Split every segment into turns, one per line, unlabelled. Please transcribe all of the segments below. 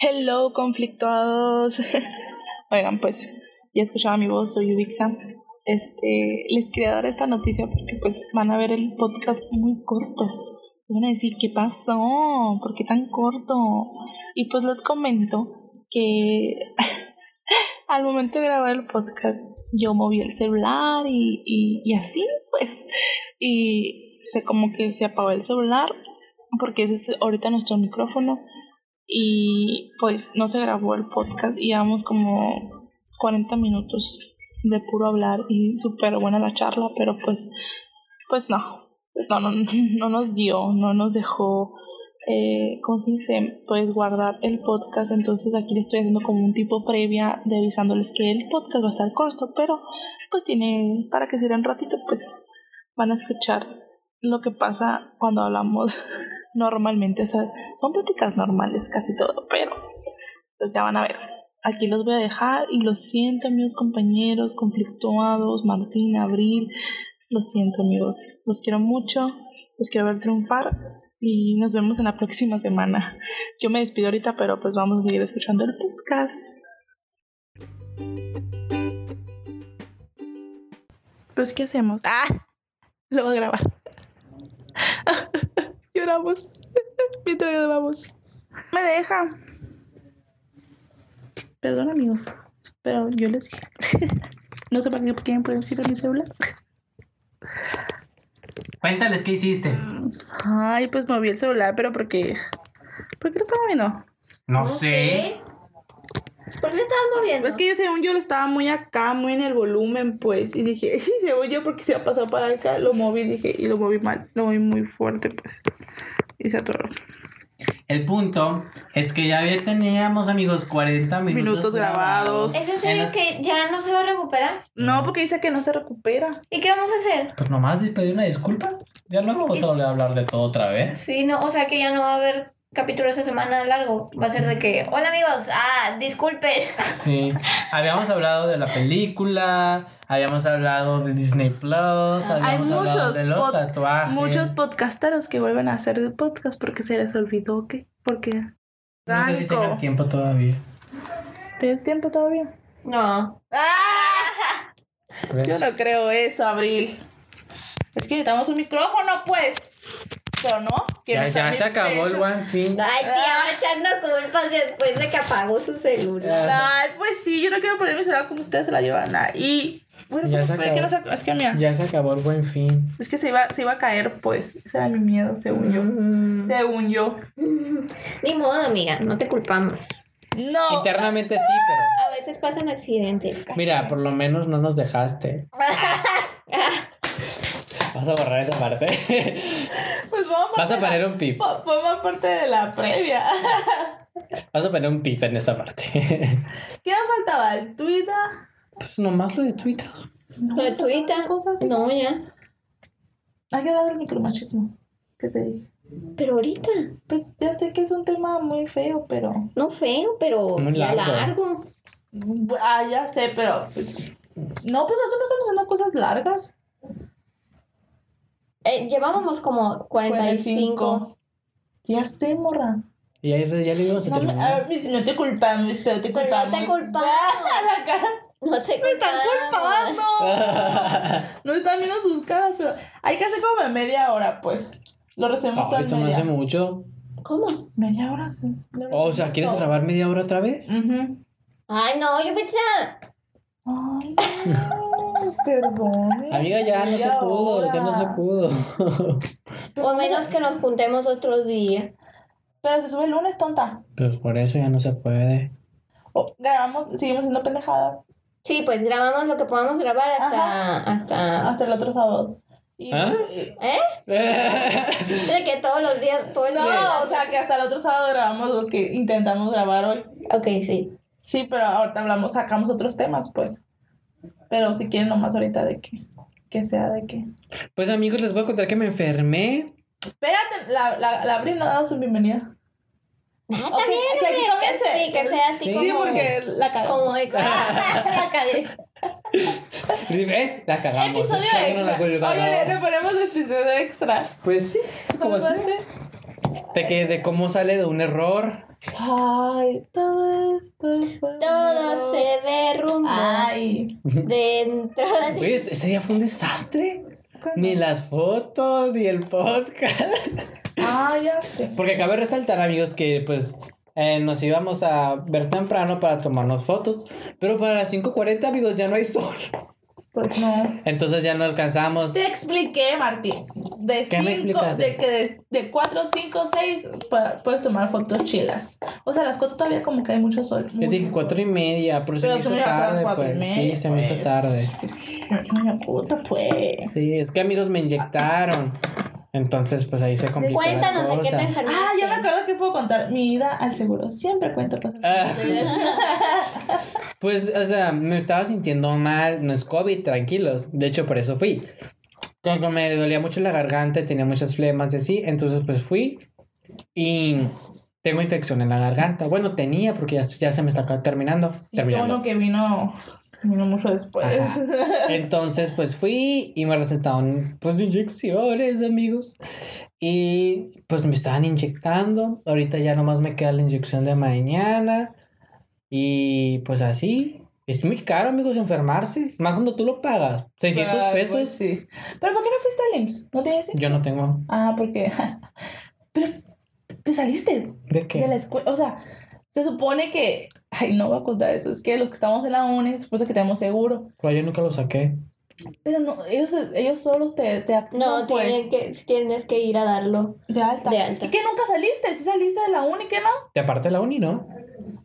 Hello, conflictuados. Oigan, pues ya escucharon mi voz, soy Ubixa. Este, les quería dar esta noticia porque pues van a ver el podcast muy corto. Y Van a decir, ¿qué pasó? ¿Por qué tan corto? Y pues les comento que al momento de grabar el podcast yo moví el celular y, y, y así pues. Y se como que se apagó el celular porque ese es ahorita nuestro micrófono y pues no se grabó el podcast y llevamos como 40 minutos de puro hablar y súper buena la charla, pero pues, pues no, no, no, no nos dio, no nos dejó, eh, ¿cómo se dice? Pues guardar el podcast, entonces aquí le estoy haciendo como un tipo previa de avisándoles que el podcast va a estar corto, pero pues tiene, para que sirva un ratito, pues van a escuchar lo que pasa cuando hablamos normalmente. O sea, son pláticas normales casi todo, pero pues ya van a ver. Aquí los voy a dejar y lo siento, amigos compañeros, conflictuados, Martín, Abril. Lo siento, amigos. Los quiero mucho. Los quiero ver triunfar. Y nos vemos en la próxima semana. Yo me despido ahorita, pero pues vamos a seguir escuchando el podcast. Pues, ¿qué hacemos? ¡Ah! Lo voy a grabar. Lloramos. Mientras grabamos. Me deja. Perdón, amigos. Pero yo les dije. no sé para qué quieren poner encima mi celular.
Cuéntales qué hiciste.
Mm, Ay, pues moví el celular, pero porque. ¿Por qué lo estaba moviendo?
No sé.
¿Por qué le estabas moviendo?
Es que yo, según yo, lo estaba muy acá, muy en el volumen, pues. Y dije, y según yo, porque se ha pasado para acá, lo moví, dije, y lo moví mal. Lo moví muy fuerte, pues. Y se atoró.
El punto es que ya había- teníamos, amigos, 40 minutos,
Minutos grabados.
¿Es en
En
serio
los-
que ya no se va a recuperar?
No, porque dice que no se recupera.
¿Y qué vamos a hacer?
Pues nomás les pedí una disculpa. Ya no vamos a volver a hablar de todo otra vez.
Sí, no, o sea que ya no va a haber capítulo esta semana largo. Va a ser de que, hola amigos, ah, disculpen.
Sí. Habíamos hablado de la película, habíamos hablado de Disney Plus,
Hay
habíamos hablado
muchos,
de los
pod-
tatuajes.
muchos podcasteros que vuelven a hacer el podcast porque se les olvidó que. Porque.
No sé si
Franco.
tengan tiempo todavía.
¿Tienes tiempo todavía?
No.
Ah. Yo no creo eso, Abril. Es que necesitamos un micrófono, pues. Pero no. que
Ya,
nos
ya
han
se acabó el
hecho-
One Thing.
Ay, tía, echando culpas después de que apagó su
Ah.
celular.
Ay, pues sí, yo no quiero poner mi celular como ustedes se la llevan. ah, Y. Bueno,
Ya
pues,
se
pero que no
acabó.
se- es que mira.
Ya se acabó el buen fin.
Es que se iba, se iba a caer, pues. Ese era mi miedo, según yo.
Mm.
Según yo.
Ni modo, amiga, no te culpamos.
No.
Internamente sí, pero.
A veces pasan accidentes.
Mira, por lo menos no nos dejaste. Vas a borrar esa parte.
Pues vamos
Vas a
parte de
poner
la-
un pip.
po- Podemos parte de la previa.
Vas a poner un pip en esa parte.
¿Qué nos faltaba? ¿El Twitter?
Pues nomás lo de Twitter.
¿Lo de Twitter? No, ya.
Hay que hablar del micromachismo. ¿Qué te dije?
Pero ahorita.
Pues ya sé que es un tema muy feo, pero.
No feo, pero
Muy
ya
largo.
largo.
Ah, ya sé, pero. Pues... No, pues nosotros estamos haciendo cosas largas.
Eh, llevábamos como 45.
Ya sé, morra.
Y ahí ya le íbamos a
No, me-
terminar.
ah, mis- no te culpamos, pero te
Pero
culpamos.
no te culpamos.
Ah, la cara.
No te
Me están
culpamos.
culpando. No están viendo sus caras, pero hay que hacer como de media hora, pues. Lo recibimos
No,
tan
eso no
media.
hace mucho.
¿Cómo?
Media hora, sí.
Oh, o sea, ¿quieres grabar media hora otra vez?
Ujú.
Ay, no, yo pensaba.
Ay, no, perdón.
Amiga, ya no se
Media
pudo, ya no se
hora. Pues
pudo.
Pero
Por menos
se-
que nos juntemos otro día.
Pero se sube el lunes, tonta.
Pues por eso ya no se puede.
O grabamos, seguimos siendo pendejadas
Sí, pues grabamos lo que podamos grabar hasta. hasta...
hasta el otro sábado. Y-
¿Ah?
y-
¿Eh? De que todos los días. Todo el
no,
día.
o sea, que hasta el otro sábado grabamos lo que intentamos grabar hoy.
Ok, sí.
Sí, pero ahorita hablamos, sacamos otros temas, pues. Pero si quieren nomás ahorita de que, que sea de que.
Pues amigos, les voy a contar que me enfermé.
Espérate, la, la, la Abril no ha dado su bienvenida.
Ah,
Ok,
también,
que aquí
hombre,
comience.
Sí, que sea así
Sí,
Sí,
como.
porque la cagamos.
Como ex. la cagué.
Eh, la cagamos.
Episodio
ya que no la
extra. Oye, le, le
colgamos.
ponemos episodio extra.
Pues sí,
¿Cómo
como así. De, que, de cómo sale de un error,
Ay, todo esto fue
Todo
nuevo.
se derrumba
Ay,
dentro de ti.
Güey, este- ese día fue un desastre. Ni las fotos, ni el podcast.
ah, ya sé.
Porque cabe resaltar, amigos, que pues eh, nos íbamos a ver temprano para tomarnos fotos. Pero para las 5.40, amigos, ya no hay sol.
Pues no.
Entonces ya no alcanzamos.
Te expliqué, Martín. De
¿Qué me
cinco,
explicaste?
de que de, de cuatro, cinco, seis pa- puedes tomar fotos chilas. O sea, a las cuatro todavía como que hay mucho sol.
Yo dije cuatro y media, pero,
Pero
se me
tú
hizo
me ibas a las
tarde.
cuatro y
pues.
media,
sí, se me
pues.
hizo tarde.
Una puta, pues.
Sí, es que amigos me inyectaron. Entonces, pues ahí se complicó. la
Cuéntanos de qué te
cosa.
enfermaste.
Ah, ya me acuerdo que puedo contar. Mi ida al seguro. Siempre cuento cosas.
Ah. Pues, o sea, me estaba sintiendo mal, no es COVID, tranquilos. De hecho, por eso fui. Como que me dolía mucho la garganta, tenía muchas flemas y así, entonces pues fui y tengo infección en la garganta. Bueno, tenía porque ya, ya se me está acá- terminando.
Sí, qué bueno
terminando.
que vino, vino mucho después.
Entonces pues fui y me recetaron pues inyecciones, amigos. Y pues me estaban inyectando. Ahorita ya nomás me queda la inyección de mañana. Y pues así. Es muy caro, amigos, enfermarse. Más cuando tú lo pagas. 600
Ay, pues
pesos.
sí. Pero ¿por qué no fuiste al IMSS? ¿No tienes IMSS?
Yo no tengo.
Ah, porque. Pero te saliste
¿De qué?
de la escuela. O sea, se supone que. Ay, no voy a contar eso. Es que los que estamos en la UNE se supone que tenemos seguro.
Pero Pues, yo nunca lo saqué.
Pero no, ellos, ellos solos te, te activan,
No,
pues,
tienen que, tienes que ir a darlo.
de alta.
de alta.
¿Y que nunca saliste? ¿Sí saliste de la UNE? ¿Qué no?
Te aparte la uni, ¿no?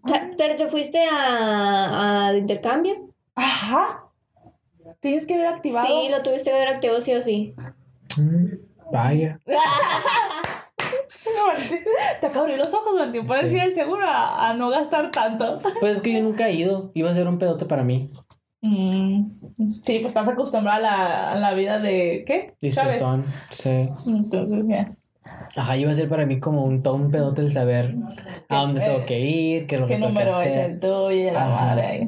O sea, Pero te fuiste a, a intercambio.
Ajá. Tienes que ver activado.
Sí, lo tuviste que ver activo sí o sí.
Mm, Vaya.
No, Martín, Te acabo de abrir los ojos, Martín. Puedes
Sí.
ir al seguro a, a no gastar tanto.
Pues es que yo nunca he ido. Iba a ser un pedote para mí.
Mm, sí, pues estás acostumbrada a la, a la vida de. ¿Qué? ¿Sabes?
Distezón. Sí.
Entonces, mira.
Ajá, iba a ser para mí como un todo un pedote el saber a dónde
eh,
tengo que ir, qué es lo que
¿Qué
tengo que
número es
hacer.
el tuyo y la
Ajá.
madre ahí?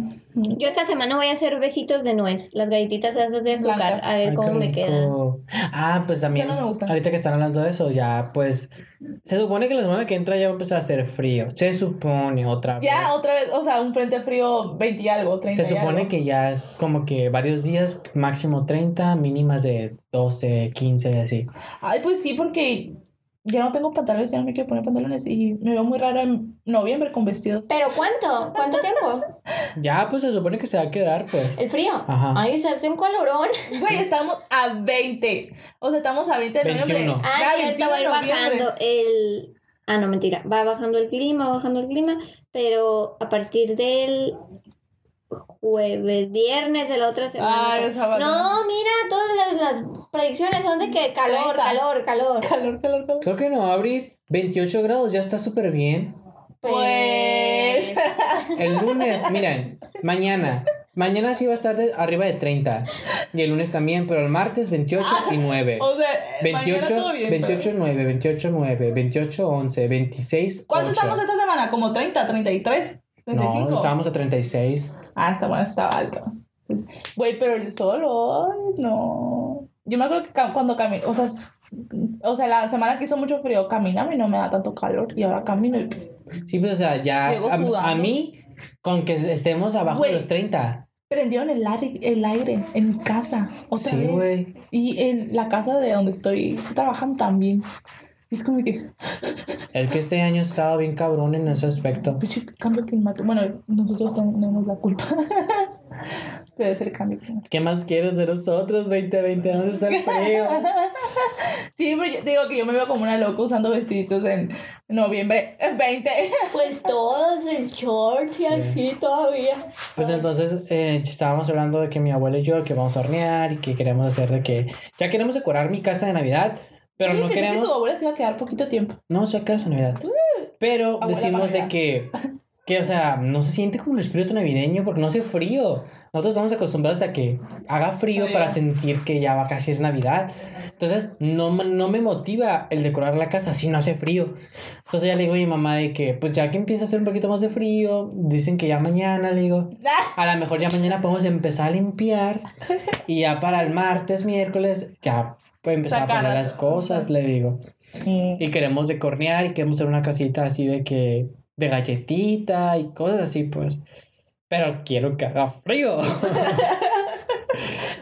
Yo esta semana voy a hacer besitos de nuez, las galletitas esas de azúcar,
Blancas.
a ver
Ay,
cómo
qué
me quedan.
rico. Ah, pues también,
no me gusta.
ahorita que están hablando de eso, ya pues, se supone que la semana que entra ya va a empezar a hacer frío. Se supone otra vez.
Ya otra vez, o sea, un frente frío 20 y algo, 30
Se
y algo.
supone que ya es como que varios días, máximo 30, mínimas de 12, 15 y así.
Ay, pues sí, porque ya no tengo pantalones, ya no me quiero poner pantalones y me veo muy rara en noviembre con vestidos.
¿Pero cuánto? ¿Cuánto tiempo?
Ya pues se supone que se va a quedar pues.
¿El frío?
Ajá.
Ay, se hace un calorón.
Güey, estamos a 20. O sea, estamos a 20 de noviembre.
21.
Ah,
Ya, 21
cierto, va a ir
de noviembre.
bajando el... Ah, no, mentira. Va bajando el clima, va bajando el clima, pero a partir del jueves, viernes de la otra semana.
Ay, esa va a
no, mira, todas las, las predicciones son de que calor,
Treinta.
calor, calor.
Calor, calor, calor.
Creo que no va a abrir 28 grados, ya está súper bien.
Pues.
El lunes, miren, mañana. Mañana sí va a estar de- arriba de 30. Y el lunes también, pero el martes 28 y 9.
Ah, O sea, mañana
28,
todo bien. pero-
28, 9, 28, 9, 28, 11, 26,
¿Cuánto
8.
estamos esta semana? ¿Como 30, 33, 35?
No, estábamos a 36.
Ah, esta buena estaba alto. Pues, Güey, pero el sol, ay, no. Yo me acuerdo que ca- cuando camino, o sea, s- o sea, la semana que hizo mucho frío, caminaba y no me da tanto calor. Y ahora camino y.
Sí, pues, o sea, ya
Llego
a,
sudando.
a mí, con que estemos abajo
Güey.
de los 30.
Prendieron el, aire- el aire en mi casa. Otra
Sí,
vez.
güey.
Y en la casa de donde estoy trabajando también. Es como que.
Es que este año estaba bien cabrón en ese aspecto.
Pinche cambio climático. Bueno, nosotros tenemos la culpa. Pero es el cambio climático.
¿Qué más quieres de nosotros, 2020? ¿Dónde está el frío?
Sí, pero yo digo que yo me veo como una loca usando vestiditos en noviembre 20.
Pues todos en shorts y
Sí.
así todavía.
Pues entonces eh, estábamos hablando de que mi abuela y yo que vamos a hornear y que queremos hacer de que ya queremos decorar mi casa de Navidad, pero
Oye,
no
pensé que tu
queremos
abuela se iba a quedar poquito tiempo.
no sea casa de Navidad. Pero
Uh, Abuela
decimos de
Navidad.
que que o sea, no se siente como el espíritu navideño porque no hace frío. Nosotros estamos acostumbrados a que haga frío
Frío.
para sentir que ya va casi es Navidad. Entonces, no, me- no me motiva el decorar la casa si no hace frío. Entonces ya le digo a mi mamá de que, pues ya que empieza a hacer un poquito más de frío, dicen que ya mañana, le digo, a lo mejor ya mañana podemos empezar a limpiar y ya para el martes, miércoles, ya puede empezar a
Sacar
poner
a-
las cosas, le digo.
Mm.
Y queremos decornear y queremos hacer una casita así de que de galletita y cosas así, pues. Pero quiero que haga frío.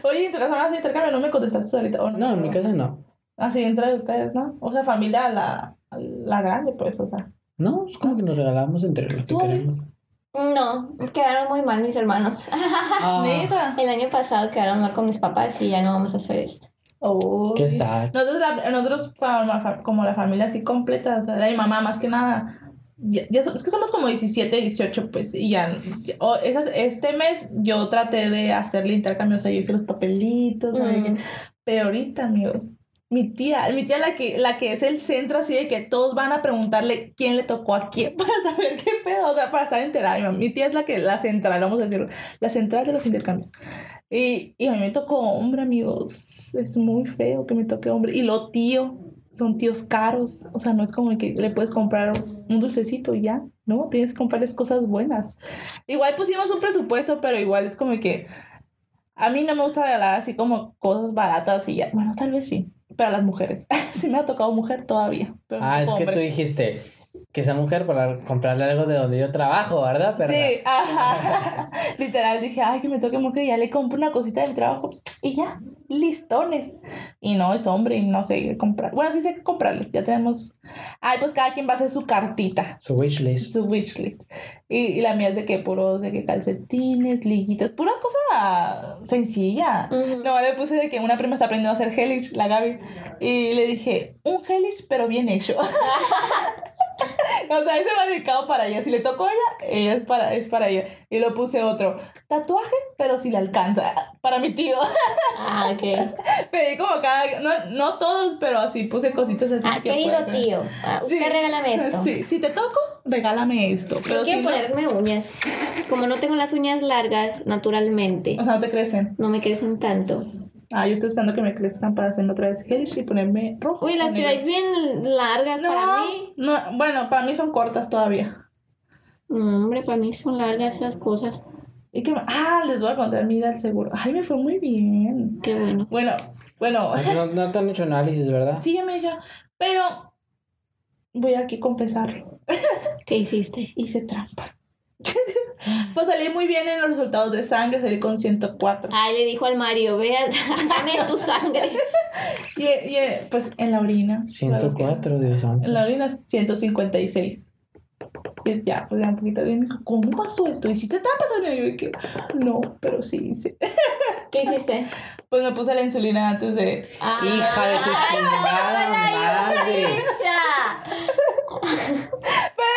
Oye, en tu casa van a hacer intercambio, no me contestaste ahorita. ¿o
No, en mi casa no.
Así entra de ustedes, ¿no? O sea, familia a la, a la grande, pues, o sea.
No, es como que nos regalamos entre los que
Ay.
queremos.
No, quedaron muy mal mis hermanos.
Ah,
Neta.
El año pasado quedaron mal con mis papás y ya no vamos a hacer esto.
Oh.
qué sad.
Nosotros, la- nosotros fa- ma- fa- como la familia así completa, o sea, era mi mamá más que nada. Ya, ya so- es que somos como 17, 18, pues, y ya. ya- o esas, este mes yo traté de hacerle intercambio, o sea, yo hice los papelitos, ¿sabe qué?
Mm.
pero ahorita, amigos, mi tía, mi tía la que, la que es el centro así de que todos van a preguntarle quién le tocó a quién para saber qué pedo, o sea, para estar enterada. Mi, mam- mi tía es la que, la central, vamos a decirlo, la central de los intercambios. Y, y a mí me tocó hombre, amigos, es muy feo que me toque hombre. Y lo tío, son tíos caros, o sea, no es como que le puedes comprar un dulcecito y ya, ¿no? Tienes que comprarles cosas buenas. Igual pusimos un presupuesto, pero igual es como que... A mí no me gusta regalar así como cosas baratas y ya. Bueno, tal vez sí, pero a las mujeres. sí me ha tocado mujer todavía. Pero me
Ah, es
tocó
que tú
hombre.
dijiste que esa mujer para comprarle algo de donde yo trabajo, ¿verdad? perra?
Sí, ajá. Literal, dije, ay, que me toque mujer y ya le compro una cosita de mi trabajo y ya, listones. Y no, es hombre y no sé qué comprar. Bueno, sí sé qué comprarles, ya tenemos. Ay, pues cada quien va a hacer su cartita.
Su wishlist.
Su wishlist. Y, y la mía es de que puros, de que calcetines, liguitas, pura cosa sencilla.
Ujú.
No, le puse de que una prima está aprendiendo a hacer hellish, la Gaby, y le dije, un hellish pero bien hecho. o sea, ese va dedicado para ella. Si le tocó a ella, ella es para, es para ella. Y lo puse otro, tatuaje, pero si le alcanza, para mi tío.
Ah, ok.
Pedí como cada, no, no todos, pero así puse cositas así.
Ah,
que
querido
pueda-
tío, ah,
Sí.
usted regálame esto.
Sí, si te toco, regálame esto.
Yo
Pero si
quiero
no-
ponerme uñas. Como no tengo las uñas largas, naturalmente,
o sea, no te crecen.
no me crecen tanto.
Ah, yo estoy esperando que me crezcan para hacerme otra vez hellish y ponerme rojo.
Uy, las
ponerme-
tiráis bien largas
No,
para mí.
no, bueno, para mí son cortas todavía.
No, hombre, para mí son largas esas cosas.
¿Y qué más? Ah, les voy a contar mi vida al seguro. Ay, me fue muy bien.
Qué bueno.
Bueno, bueno,
No, no te han hecho análisis, ¿verdad?
sígueme ya. Pero voy aquí a confesarlo.
¿Qué hiciste?
Hice trampa. pues salí muy bien en los resultados de sangre, salí con 104.
Ay, le dijo al Mario, ve, dame tu sangre.
Y, y eh, pues en la orina. para los que-
104, Dios santo.
En la orina 156. Y ya, pues ya un poquito bien. ¿Cómo pasó esto? ¿Hiciste trampa, Sonia? Y yo dije, no, pero sí hice.
¿Qué hiciste?
Pues me puse la insulina antes de...
Ah,
Hija de tu chingada madre.
esa.
Pero Pues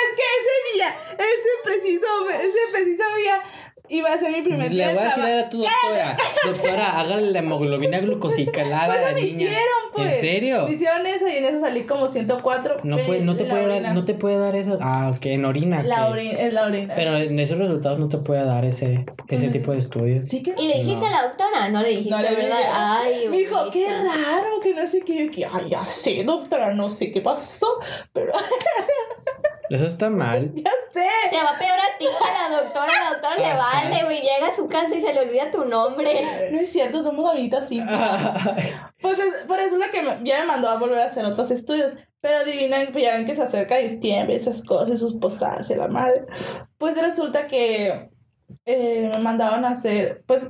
es que ese día, ese preciso, ese preciso día iba a ser mi primer día
Le
de
voy a
trabajo.
decir a tu doctora, doctora, hágale la hemoglobina glucosicalada
Pues
a la
eso me
niña.
hicieron, pues.
¿En serio?
Me hicieron eso y en eso salí como 104.
No,
en
puede, no, te
la
puede
orina.
dar, no te puede dar eso. Ah, ok, en orina.
La
ok.
orina, es la orina.
Pero en esos resultados no te puede dar ese, ese
Mm.
tipo de estudios.
sí que
¿Y le dijiste
No.
a la doctora? No le dijiste,
No le dije.
¿verdad? Ay,
me dijo, qué
bonita.
raro, que no sé qué. Yo que, ay, ya sé, doctora, no sé qué pasó, pero
Eso está mal.
ya sé.
Te va peor a ti que a la doctora. La doctora le
Ajá.
vale, güey. Llega a su casa y se le olvida tu nombre.
No es cierto, somos amiguitas sí. Pues es, por eso es la que me- ya me mandó a volver a hacer otros estudios. Pero adivinan, pues ya ven que se acerca diciembre, esas cosas, y sus posadas y la madre. Pues resulta que eh, me mandaron a hacer, pues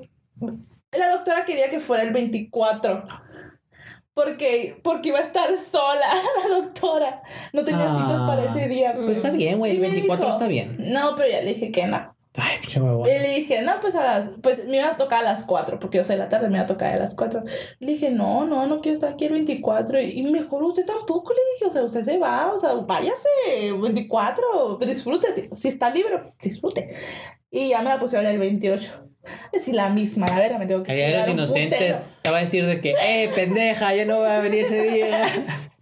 la doctora quería que fuera el 24. Porque, porque iba a estar sola la doctora. No tenía citas
Ah.
para ese día.
Pues está bien, güey.
Y
El
me
24
dijo,
está bien.
No, pero ya le dije que no.
Ay, pinche huevo.
Y le dije, no, pues a las, pues me iba a tocar a las 4, porque yo soy de la tarde, me iba a tocar a las 4. Le dije, no, no, no quiero estar aquí el 24. Y mejor usted tampoco, le dije, o sea, usted se va, o sea, váyase, 24, disfrútate. Si está libre, disfrute. Y ya me la pusieron el 28. Es la misma, la verdad, me tengo que
Ahí hay los
cuidar un
inocentes
putero.
te va a decir de que, eh, pendeja, ya no va a venir ese día.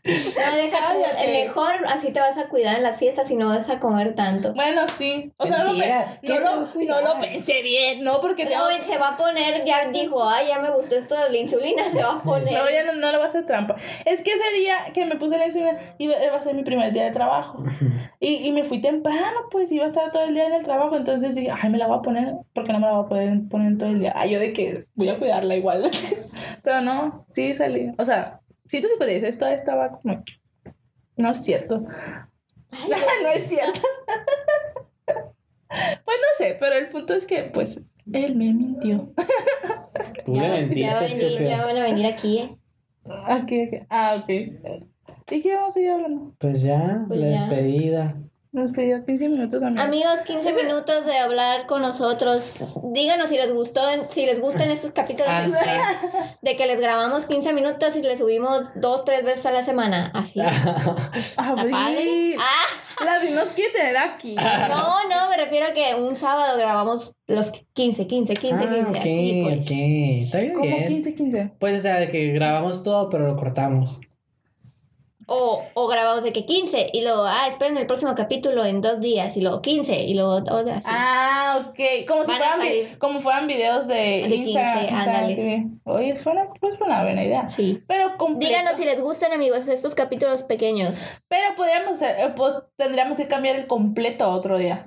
No, deja tú.
Cállate.
eh, Mejor así te vas a cuidar en las fiestas y no vas a comer tanto.
Bueno, sí. O sea, no lo,
Mentira,
pe- no
que
lo-
no
no
cuidar.
lo pensé bien, no, porque tengo-
No, él se va a poner, ya dijo, ay, ya me gustó esto de la insulina, se va a poner.
No, ya no, no le voy a hacer trampa. Es que ese día que me puse la insulina iba, iba a ser mi primer día de trabajo. Y, y me fui temprano, pues iba a estar todo el día en el trabajo. Entonces dije, ay, me la voy a poner porque no me la voy a poder poner todo el día. Ay, yo de que voy a cuidarla igual. Pero no, sí salí. O sea, 156 todavía estaba como. No es cierto. no es cierto. pues no sé, pero el punto es que, pues, él me mintió.
Tú
Ya,
le
va-
mentiste,
ya va a venir-
estúpido.
ya van a venir aquí, ¿eh?
Aquí, aquí. Ah, ok. ¿Y qué vamos a ir hablando?
Pues ya,
Pues
la
ya.
despedida.
Nos pedía 15 minutos a mí.
Amigos, 15 minutos de hablar con nosotros. Díganos si les gustó, si les gustan estos capítulos
Ah.
extras de que les grabamos 15 minutos y les subimos dos, tres veces a la semana. Así.
Ah.
¿Está padre?
Abril.
Ah,
La Abril nos quiere tener aquí.
Ah.
no, no, me refiero a que un sábado grabamos los 15, 15, 15, 15.
ah, ok,
así, pues.
ok. Está bien.
Como
bien.
15, 15.
Pues o sea, de que grabamos todo, pero lo cortamos.
O, o grabamos de que 15 y luego, ah, esperen el próximo capítulo en dos días y luego 15 y luego todo así.
Ah, ok. Como si
Van a
fueran, vi-
salir.
como fueran videos de,
De
Instagram.
15,
Instagram
ándale.
TV. Oye, suena, pues fue una buena idea.
Sí.
Pero completo.
Díganos si les gustan, amigos, estos capítulos pequeños.
Pero podríamos, hacer- eh, pues tendríamos que cambiar el completo a otro día.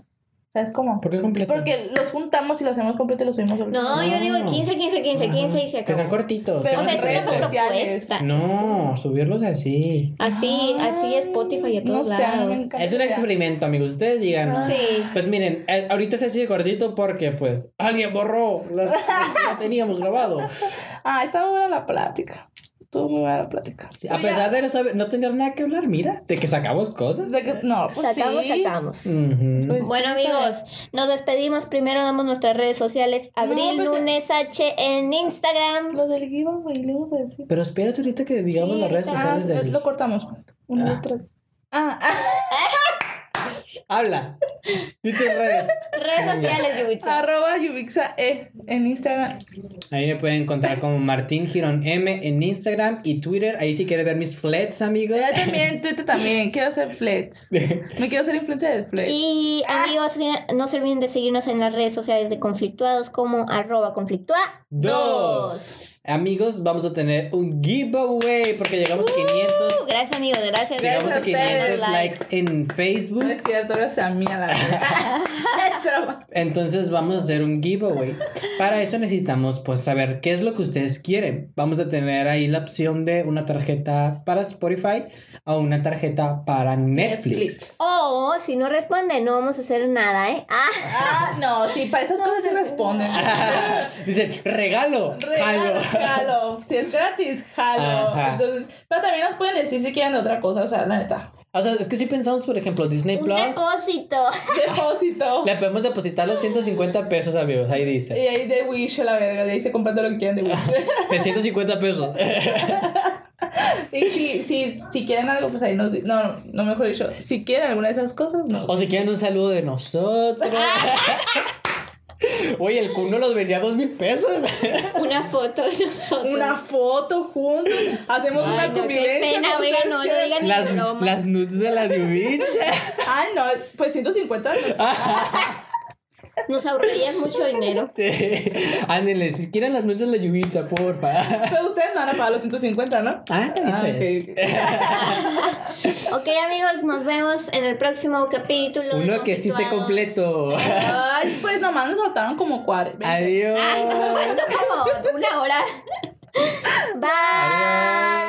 ¿Sabes cómo?
¿Por qué completo?
Porque los juntamos y los hacemos completo y los subimos sobre
No, yo digo 15, 15, 15, 15 y se
Ajá. Que sean
acabó.
cortitos.
Pero
que
en
sean
redes
breves.
propuesta.
sociales.
No, subirlos así.
Así, así Spotify y a todos
no sé, a mí me
lados.
encanta
Es un
la idea.
experimento, amigos. Ustedes digan.
Ah, Sí.
Pues miren, eh, ahorita se sigue gordito porque pues alguien borró las las que ya teníamos grabado.
Ah, estaba buena la plática. Estuvo muy buena la plática.
Sí,
Pues
A pesar de no, saber- no tener nada que hablar, mira, de que sacamos cosas.
de que, no, pues
Sacamos,
sí.
sacamos.
Ujú.
Pues-
Bueno,
sí, está
amigos, nos despedimos. Primero damos nuestras redes sociales. Abril
No, pues espérate.
Lunes H en Instagram.
Lo del giveaway, luego de decir.
Pero espérate ahorita que digamos
Sí,
las redes
ahorita.
Ah,
sociales de Abril.
lo cortamos. Uno, dos, tres. Ah, ah,
Habla. Dice redes.
Redes sociales, Yubitsa.
arroba Yubixa E en Instagram.
Ahí me pueden encontrar como Martín Girón M en Instagram y Twitter. Ahí si quieres ver mis flets, amigos.
Ya también, Twitter también. Quiero hacer flets. Me quiero hacer influencia de flets.
Y
Ah.
amigos, no se olviden de seguirnos en las redes sociales de conflictuados como arroba conflictua
Dos. Amigos, vamos a tener un giveaway porque llegamos a 500.
Uh, Gracias, amigos. Gracias.
Llegamos a
Uh, a
500
ustedes.
likes en Facebook.
No es cierto, gracias a mí a la verdad. Es broma.
Entonces vamos a hacer un giveaway. Para eso necesitamos pues saber qué es lo que ustedes quieren. Vamos a tener ahí la opción de una tarjeta para Spotify o una tarjeta para Netflix.
O Oh, si no responde, no vamos a hacer nada, ¿eh? Ah,
Ah, no, sí, para estas cosas sí responden.
Dicen, regalo.
Regalo,
jalo".
jalo. Si es gratis, jalo.
Ajá.
Entonces, pero también nos pueden decir si quieren de otra cosa, o sea, la neta.
O sea, es que si pensamos, por ejemplo, Disney
un
Plus,
depósito.
Depósito.
le podemos depositar los 150 pesos, amigos. Ahí
Y
dice.
ahí de Wish, a la verga, de ahí se compran todo lo que quieran de Wish.
De 150 pesos.
Y si, si, si quieren algo, pues ahí nos di- No, no, no, mejor dicho, si quieren alguna de esas cosas, no.
O si quieren un saludo de nosotros. Oye, el cuno los vendía a dos mil pesos.
Una foto de nosotros.
Una foto juntos, hacemos
Ay,
una
no, qué
convivencia.
pena,
¿no?
oiga,
¿Ustedes
no, no
quieren?
digan-
Las,
broma.
las nudes de la Divins.
Ah, no, pues 150.
Ah. Nos ahorrarías mucho dinero.
Sí. Ándenle, si quieren las nudes de la Yubitsa, porfa.
Pero ustedes no van a pagar los 150, ¿no?
Ah,
Ah,
dice.
ok, ok.
Ok, amigos, nos vemos en el próximo capítulo. de
Uno que sí esté
Conflictuados.
completo.
Ay, pues nomás nos faltaron como 40.
Adiós.
Ay, no, como una hora. Bye.